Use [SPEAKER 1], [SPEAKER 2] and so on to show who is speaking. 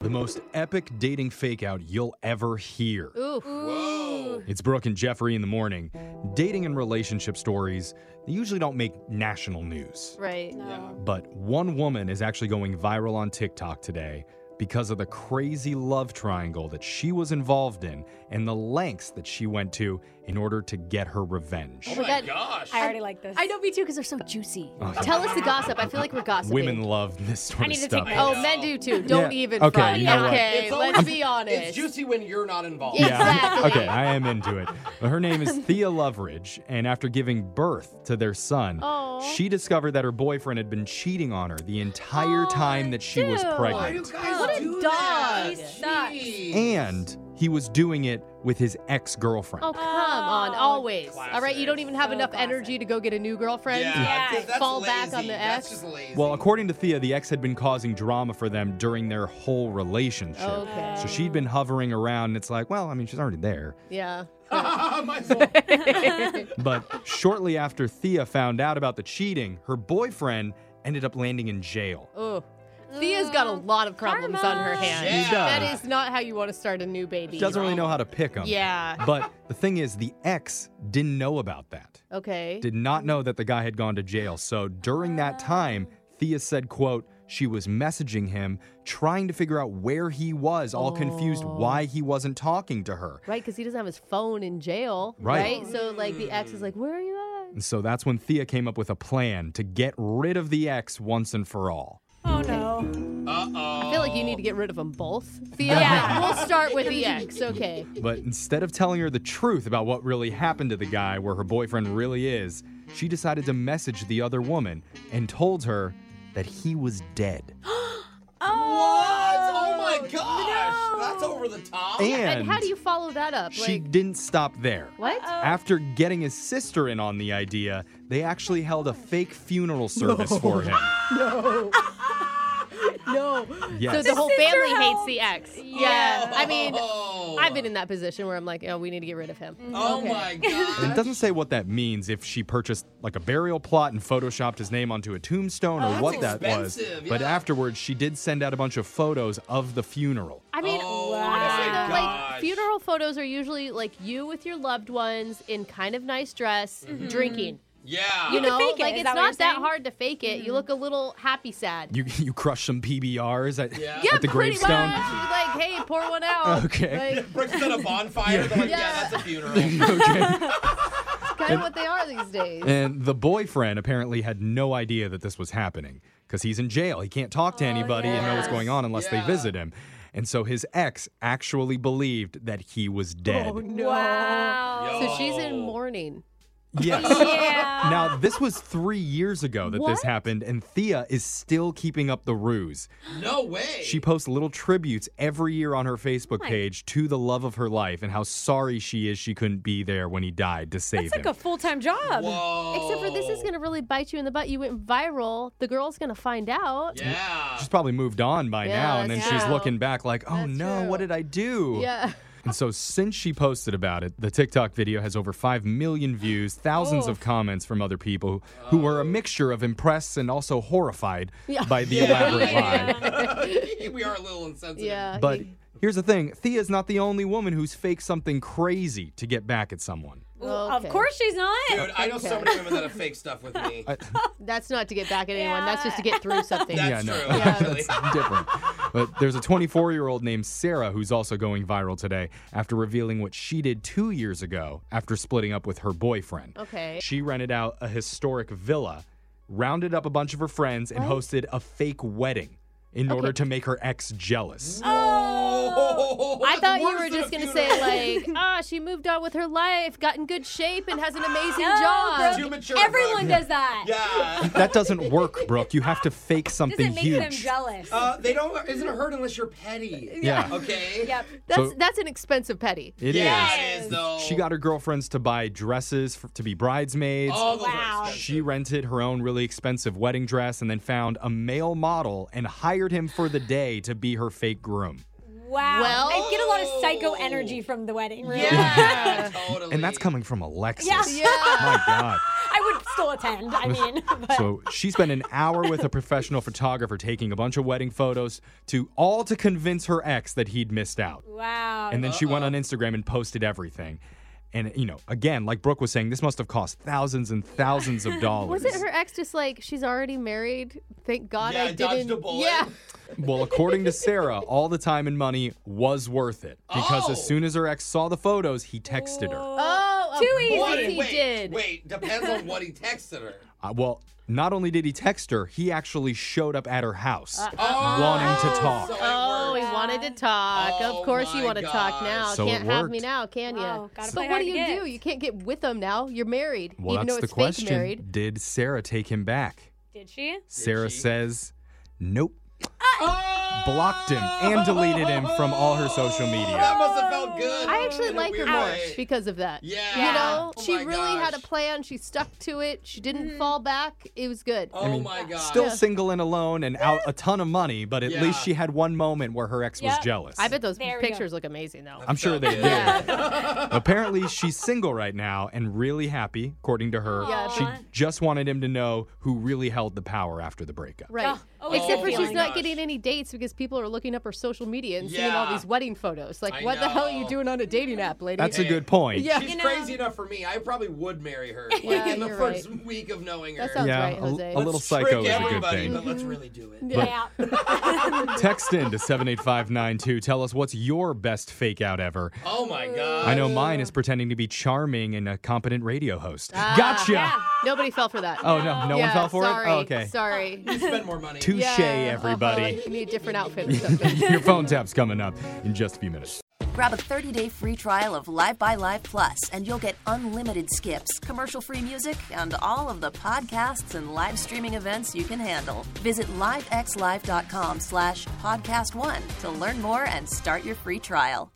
[SPEAKER 1] the most epic dating fake out you'll ever hear.
[SPEAKER 2] Ooh.
[SPEAKER 3] Whoa. Oh
[SPEAKER 1] It's Brooke and Jeffrey in the morning. Dating and relationship stories, they usually don't make national news.
[SPEAKER 2] Right.
[SPEAKER 3] No.
[SPEAKER 1] But one woman is actually going viral on TikTok today because of the crazy love triangle that she was involved in and the lengths that she went to in order to get her revenge.
[SPEAKER 3] Oh
[SPEAKER 2] my
[SPEAKER 3] my
[SPEAKER 2] God.
[SPEAKER 3] gosh.
[SPEAKER 4] I already like this.
[SPEAKER 2] I know me too because they're so juicy.
[SPEAKER 1] Oh, yeah.
[SPEAKER 2] Tell us the gossip. I feel like we're gossiping.
[SPEAKER 1] Women love this sort
[SPEAKER 4] I need
[SPEAKER 1] of
[SPEAKER 4] to take
[SPEAKER 1] stuff.
[SPEAKER 4] my-
[SPEAKER 2] Oh, men do too. Don't
[SPEAKER 1] Yeah.
[SPEAKER 2] even
[SPEAKER 1] Okay,
[SPEAKER 2] front.
[SPEAKER 1] you know what?
[SPEAKER 2] okay,
[SPEAKER 3] It's
[SPEAKER 2] let's
[SPEAKER 3] always-
[SPEAKER 2] be honest.
[SPEAKER 3] It's juicy when you're not involved.
[SPEAKER 2] Yeah.
[SPEAKER 1] Yeah.
[SPEAKER 2] Exactly.
[SPEAKER 1] okay, I am into it. But her name is Thea Loveridge, and after giving birth to their son,
[SPEAKER 2] Aw.
[SPEAKER 1] she discovered that her boyfriend had been cheating on her the entire
[SPEAKER 2] Aw,
[SPEAKER 1] time that she was
[SPEAKER 2] dude.
[SPEAKER 3] Why do
[SPEAKER 1] pregnant.
[SPEAKER 3] guys
[SPEAKER 2] What a
[SPEAKER 3] do
[SPEAKER 2] dog.
[SPEAKER 3] that?
[SPEAKER 2] He
[SPEAKER 4] sucks.
[SPEAKER 3] Jeez.
[SPEAKER 1] And he was doing it with his ex girlfriend.
[SPEAKER 2] Oh, come on.
[SPEAKER 4] Oh,
[SPEAKER 2] Always. All right. You
[SPEAKER 3] classic.
[SPEAKER 2] don't even have
[SPEAKER 4] So
[SPEAKER 2] enough
[SPEAKER 4] classic.
[SPEAKER 2] energy to go get a new girlfriend.
[SPEAKER 3] yeah,
[SPEAKER 4] Yeah.
[SPEAKER 3] that's- that's
[SPEAKER 2] Fall back
[SPEAKER 3] lazy.
[SPEAKER 2] on the
[SPEAKER 3] That's
[SPEAKER 2] ex.
[SPEAKER 3] just lazy.
[SPEAKER 1] Well, according to Thea, the ex had been causing drama for them during their whole relationship.
[SPEAKER 2] Okay.
[SPEAKER 1] So she'd been hovering around, and it's like, well, I mean, she's already there.
[SPEAKER 2] Yeah.
[SPEAKER 3] Might as well.
[SPEAKER 1] But shortly after Thea found out about the cheating, her boyfriend ended up landing in jail.
[SPEAKER 2] Oh. Thea's got a lot of problems on her
[SPEAKER 4] Karma.
[SPEAKER 2] hands.
[SPEAKER 3] Yeah.
[SPEAKER 2] That is not how you want to start a new baby.
[SPEAKER 1] Doesn't really know how to pick him.
[SPEAKER 2] Yeah.
[SPEAKER 1] But the thing is, the ex didn't know about that.
[SPEAKER 2] Okay.
[SPEAKER 1] Did not know that the guy had gone to jail. So during that time, Thea said, quote, she was messaging him, trying to figure out where he was, all confused why he wasn't talking to her.
[SPEAKER 2] Right, because he doesn't have his phone in jail.
[SPEAKER 1] Right.
[SPEAKER 2] So like the ex is like, where are you
[SPEAKER 1] And so that's when Thea came up with a plan to get rid of the ex once and for all.
[SPEAKER 4] Oh no.
[SPEAKER 2] at?
[SPEAKER 3] Uh-oh.
[SPEAKER 2] I feel like you need to get rid of them both. Thea,
[SPEAKER 4] Yeah.
[SPEAKER 2] we'll start with the ex. Okay.
[SPEAKER 1] But instead of telling her the truth about what really happened to the guy where her boyfriend really is, she decided to message the other woman and told her that he was dead.
[SPEAKER 3] What? Oh my gosh. That's over the top.
[SPEAKER 1] And,
[SPEAKER 2] And how do you follow that up?
[SPEAKER 1] she
[SPEAKER 2] like
[SPEAKER 1] didn't stop there.
[SPEAKER 3] Um,
[SPEAKER 2] what?
[SPEAKER 4] Uh,
[SPEAKER 1] After getting his sister in on the idea, they actually held a fake funeral service for him.
[SPEAKER 2] no.
[SPEAKER 1] Yes.
[SPEAKER 2] So the whole
[SPEAKER 4] Sister
[SPEAKER 2] family hates
[SPEAKER 4] helps.
[SPEAKER 2] the ex. Yeah. I mean,
[SPEAKER 3] Oh.
[SPEAKER 2] I've been in that position where I'm like, oh, we need to get rid of him.
[SPEAKER 4] Mm.
[SPEAKER 3] Oh
[SPEAKER 2] Okay.
[SPEAKER 3] my gosh.
[SPEAKER 1] And it doesn't say what that means if she purchased like a burial plot and photoshopped his name onto a tombstone or
[SPEAKER 3] Oh, that's
[SPEAKER 1] what that was.
[SPEAKER 3] expensive,
[SPEAKER 1] But
[SPEAKER 3] yeah.
[SPEAKER 1] afterwards, she did send out a bunch of photos of the funeral.
[SPEAKER 2] I mean,
[SPEAKER 3] Oh
[SPEAKER 2] honestly
[SPEAKER 3] my
[SPEAKER 2] though, like
[SPEAKER 3] gosh.
[SPEAKER 2] funeral photos are usually like you with your loved ones in kind of nice dress, drinking.
[SPEAKER 3] Yeah.
[SPEAKER 2] You know,
[SPEAKER 4] Mm-hmm. fake it,
[SPEAKER 2] like
[SPEAKER 4] is
[SPEAKER 2] it's
[SPEAKER 4] that what
[SPEAKER 2] not
[SPEAKER 4] you're
[SPEAKER 2] that
[SPEAKER 4] saying? Mm-hmm.
[SPEAKER 2] hard to fake it. You look a little happy sad.
[SPEAKER 1] You you crushed some PBRs at,
[SPEAKER 3] Yeah.
[SPEAKER 1] at
[SPEAKER 3] Yeah,
[SPEAKER 1] the
[SPEAKER 2] pretty
[SPEAKER 1] gravestone.
[SPEAKER 2] much. You're like, hey, pour one out.
[SPEAKER 1] Okay.
[SPEAKER 2] Like,
[SPEAKER 3] Brooks at a bonfire. They're like, yeah,
[SPEAKER 2] Yeah.
[SPEAKER 3] that's a funeral.
[SPEAKER 1] okay.
[SPEAKER 2] kind of what they are these days.
[SPEAKER 1] And the boyfriend apparently had no idea that this was happening because he's in jail. He can't talk to
[SPEAKER 2] Oh,
[SPEAKER 1] anybody and know what's
[SPEAKER 2] yes.
[SPEAKER 1] going on unless
[SPEAKER 3] Yeah.
[SPEAKER 1] they visit him. And so his ex actually believed that he was
[SPEAKER 2] Oh,
[SPEAKER 1] dead.
[SPEAKER 4] Wow.
[SPEAKER 2] So she's in
[SPEAKER 3] Yo.
[SPEAKER 2] mourning.
[SPEAKER 1] Yes.
[SPEAKER 4] Yeah.
[SPEAKER 1] Now, this was three years ago that this
[SPEAKER 2] What?
[SPEAKER 1] happened, and Thea is still keeping up the ruse.
[SPEAKER 3] No way.
[SPEAKER 1] She posts little tributes every year on her Facebook page to the love of her life and how sorry she is she couldn't be there when he died to save
[SPEAKER 4] It's like
[SPEAKER 1] him.
[SPEAKER 4] a full-time job.
[SPEAKER 3] Whoa.
[SPEAKER 2] Except for
[SPEAKER 3] Oh.
[SPEAKER 2] this is going to really bite you in the butt. You went viral. The girl's going to find out.
[SPEAKER 3] Yeah.
[SPEAKER 1] she's probably moved on by
[SPEAKER 2] Yeah,
[SPEAKER 1] now, and then
[SPEAKER 2] that's
[SPEAKER 1] she's
[SPEAKER 2] true.
[SPEAKER 1] looking back like, oh
[SPEAKER 2] That's
[SPEAKER 1] no,
[SPEAKER 2] true.
[SPEAKER 1] what did I do?
[SPEAKER 2] Yeah.
[SPEAKER 1] And so, since she posted about it, the TikTok video has over 5 million views, thousands of comments from other people who were a mixture of impressed and also horrified
[SPEAKER 2] Yeah.
[SPEAKER 1] by the elaborate lie.
[SPEAKER 3] we are a little insensitive.
[SPEAKER 2] Yeah.
[SPEAKER 1] But
[SPEAKER 2] you-
[SPEAKER 1] here's the thing Thea's not the only woman who's faked something crazy to get back at someone.
[SPEAKER 4] Well, Of
[SPEAKER 2] Okay.
[SPEAKER 4] course she's not.
[SPEAKER 3] Dude, I know so
[SPEAKER 2] Okay.
[SPEAKER 3] many women that have fake stuff with me.
[SPEAKER 2] That's not to get back at anyone.
[SPEAKER 4] Yeah.
[SPEAKER 2] That's just to get through something.
[SPEAKER 3] That's
[SPEAKER 1] yeah, no,
[SPEAKER 3] true, actually.
[SPEAKER 1] that's different. But there's a 24 year old named Sarah who's also going viral today after revealing what she did two years ago after splitting up with her boyfriend.
[SPEAKER 2] Okay.
[SPEAKER 1] She rented out a historic villa, rounded up a bunch of her friends, and hosted a fake wedding in order to make her ex jealous.
[SPEAKER 3] Oh,
[SPEAKER 2] I
[SPEAKER 3] that's
[SPEAKER 2] thought you
[SPEAKER 3] worse
[SPEAKER 2] were
[SPEAKER 3] than a
[SPEAKER 2] just going to
[SPEAKER 3] funeral.
[SPEAKER 2] say, like, ah, she moved on with her life, got in good shape, and has an amazing
[SPEAKER 4] No,
[SPEAKER 2] job.
[SPEAKER 4] Brooke,
[SPEAKER 3] Too mature,
[SPEAKER 4] Everyone
[SPEAKER 3] Brooke.
[SPEAKER 4] does that.
[SPEAKER 3] Yeah.
[SPEAKER 1] That doesn't work, Brooke. You have to fake something
[SPEAKER 4] Doesn't make
[SPEAKER 1] huge.
[SPEAKER 4] them jealous.
[SPEAKER 3] Uh, they don't. Isn't it hurt unless you're petty?
[SPEAKER 1] Yeah.
[SPEAKER 3] Okay.
[SPEAKER 4] yep.
[SPEAKER 2] That's
[SPEAKER 1] So-
[SPEAKER 2] that's an expensive petty.
[SPEAKER 1] It is.
[SPEAKER 3] Yeah, it is though.
[SPEAKER 1] She got her girlfriends to buy dresses for, to be bridesmaids.
[SPEAKER 4] Oh.
[SPEAKER 3] all the
[SPEAKER 4] Wow.
[SPEAKER 1] She rented her own really expensive wedding dress and then found a male model and hired him for the day to be her fake groom.
[SPEAKER 4] Wow.
[SPEAKER 2] Well-
[SPEAKER 4] I get a lot of psycho energy from the wedding. Really.
[SPEAKER 3] Yeah. totally.
[SPEAKER 1] And that's coming from Alexis.
[SPEAKER 4] Yeah.
[SPEAKER 2] Yeah.
[SPEAKER 1] My God.
[SPEAKER 4] I would still attend. I mean, but
[SPEAKER 1] So she spent an hour with a professional photographer taking a bunch of wedding photos to all to convince her ex that he'd missed out.
[SPEAKER 4] wow.
[SPEAKER 1] And then she went on
[SPEAKER 2] Uh-huh.
[SPEAKER 1] Instagram and posted everything. And you know, again, like Brooke was saying, this must have cost thousands and thousands of dollars.
[SPEAKER 2] Was it her ex just like she's already married? Thank God
[SPEAKER 3] Yeah,
[SPEAKER 2] I
[SPEAKER 3] I dodged a
[SPEAKER 2] didn't.
[SPEAKER 3] bullet.
[SPEAKER 2] Yeah,
[SPEAKER 1] Well, according to Sarah, all the time and money was worth it because
[SPEAKER 3] Oh.
[SPEAKER 1] as soon as her ex saw the photos, he texted her.
[SPEAKER 2] Oh, of
[SPEAKER 4] too easy.
[SPEAKER 2] course
[SPEAKER 3] What?
[SPEAKER 2] he
[SPEAKER 3] wait,
[SPEAKER 2] did.
[SPEAKER 3] Wait, depends on what he texted her.
[SPEAKER 1] Uh, well, not only did he text her, he actually showed up at her house.
[SPEAKER 2] Uh,
[SPEAKER 3] Oh,
[SPEAKER 1] Wanting to talk.
[SPEAKER 3] So it
[SPEAKER 2] Oh, he
[SPEAKER 3] worked.
[SPEAKER 2] wanted to talk.
[SPEAKER 3] Oh
[SPEAKER 2] of course you
[SPEAKER 3] my
[SPEAKER 2] want to talk now.
[SPEAKER 3] gosh.
[SPEAKER 1] So
[SPEAKER 2] can't
[SPEAKER 1] it
[SPEAKER 2] have me
[SPEAKER 1] worked.
[SPEAKER 2] now, can you?
[SPEAKER 4] Wow, gotta
[SPEAKER 2] but
[SPEAKER 4] play
[SPEAKER 2] what
[SPEAKER 4] hard
[SPEAKER 2] do
[SPEAKER 4] to
[SPEAKER 2] you
[SPEAKER 4] get.
[SPEAKER 2] do? You can't get with him now. You're married,
[SPEAKER 1] Well,
[SPEAKER 2] even though
[SPEAKER 1] that's
[SPEAKER 2] it's
[SPEAKER 1] the question.
[SPEAKER 2] fake married.
[SPEAKER 1] Did Sarah take him back?
[SPEAKER 4] Did she?
[SPEAKER 1] Sarah
[SPEAKER 3] she?
[SPEAKER 1] says, nope.
[SPEAKER 3] Oh!
[SPEAKER 1] Blocked him and deleted him from all her social media.
[SPEAKER 3] That must have felt good.
[SPEAKER 2] I actually
[SPEAKER 3] in a
[SPEAKER 2] like her
[SPEAKER 3] weird
[SPEAKER 2] more
[SPEAKER 3] way.
[SPEAKER 2] because of that.
[SPEAKER 3] Yeah.
[SPEAKER 2] You know,
[SPEAKER 3] Oh
[SPEAKER 2] she
[SPEAKER 3] my
[SPEAKER 2] really had a
[SPEAKER 3] gosh. Mm-hmm.
[SPEAKER 2] plan. She stuck to it. She didn't fall back. It was good.
[SPEAKER 3] Oh my god.
[SPEAKER 1] Still single and alone and out a ton of money, but at
[SPEAKER 3] Yeah.
[SPEAKER 1] least she had one moment where her ex was
[SPEAKER 4] Yep.
[SPEAKER 1] jealous.
[SPEAKER 2] I bet those
[SPEAKER 4] There we go.
[SPEAKER 2] pictures look amazing, though.
[SPEAKER 1] I'm sure they did.
[SPEAKER 3] Yeah.
[SPEAKER 1] Apparently, she's single right now and really happy, according to her.
[SPEAKER 2] Yeah,
[SPEAKER 1] She
[SPEAKER 4] Aw.
[SPEAKER 1] just wanted him to know who really held the power after the breakup.
[SPEAKER 2] Right.
[SPEAKER 4] Oh, oh,
[SPEAKER 2] Except
[SPEAKER 4] oh
[SPEAKER 2] for
[SPEAKER 4] my
[SPEAKER 2] she's not
[SPEAKER 3] gosh.
[SPEAKER 2] getting any dates because people are looking up her social media and seeing all
[SPEAKER 3] Yeah.
[SPEAKER 2] these wedding photos. Like,
[SPEAKER 3] I
[SPEAKER 2] what the hell are you
[SPEAKER 3] know.
[SPEAKER 2] doing on a dating app, lady?
[SPEAKER 1] That's a good point.
[SPEAKER 2] Yeah.
[SPEAKER 3] She's
[SPEAKER 4] You know-
[SPEAKER 3] crazy enough for me. I probably would marry her like,
[SPEAKER 2] Yeah,
[SPEAKER 3] in the
[SPEAKER 2] you're
[SPEAKER 3] first week of knowing her.
[SPEAKER 2] That sounds
[SPEAKER 1] Yeah,
[SPEAKER 2] right,
[SPEAKER 1] a-
[SPEAKER 2] Jose.
[SPEAKER 1] a little
[SPEAKER 3] Let's
[SPEAKER 1] psycho
[SPEAKER 3] trick
[SPEAKER 1] is a good
[SPEAKER 3] everybody,
[SPEAKER 1] thing.
[SPEAKER 3] But let's really do it.
[SPEAKER 4] Yeah.
[SPEAKER 1] Text in to 78592. Tell us what's your best fake out ever.
[SPEAKER 3] Oh my god.
[SPEAKER 1] I know mine is pretending to be charming and a competent radio host.
[SPEAKER 2] Ah,
[SPEAKER 1] gotcha.
[SPEAKER 4] yeah.
[SPEAKER 2] Nobody fell for that.
[SPEAKER 1] Oh, no. No
[SPEAKER 2] yeah,
[SPEAKER 1] one fell for
[SPEAKER 2] sorry,
[SPEAKER 1] it? Oh, okay.
[SPEAKER 2] Sorry.
[SPEAKER 3] Spend more money.
[SPEAKER 1] Touche,
[SPEAKER 2] Yeah.
[SPEAKER 1] everybody.
[SPEAKER 2] Uh-huh. You need a different outfit or something.
[SPEAKER 1] Your phone tap's coming up in just a few minutes.
[SPEAKER 5] Grab a 30-day free trial of Live by Live Plus, and you'll get unlimited skips, commercial-free music, and all of the podcasts and live streaming events you can handle. Visit livexlive.com slash podcast one to learn more and start your free trial.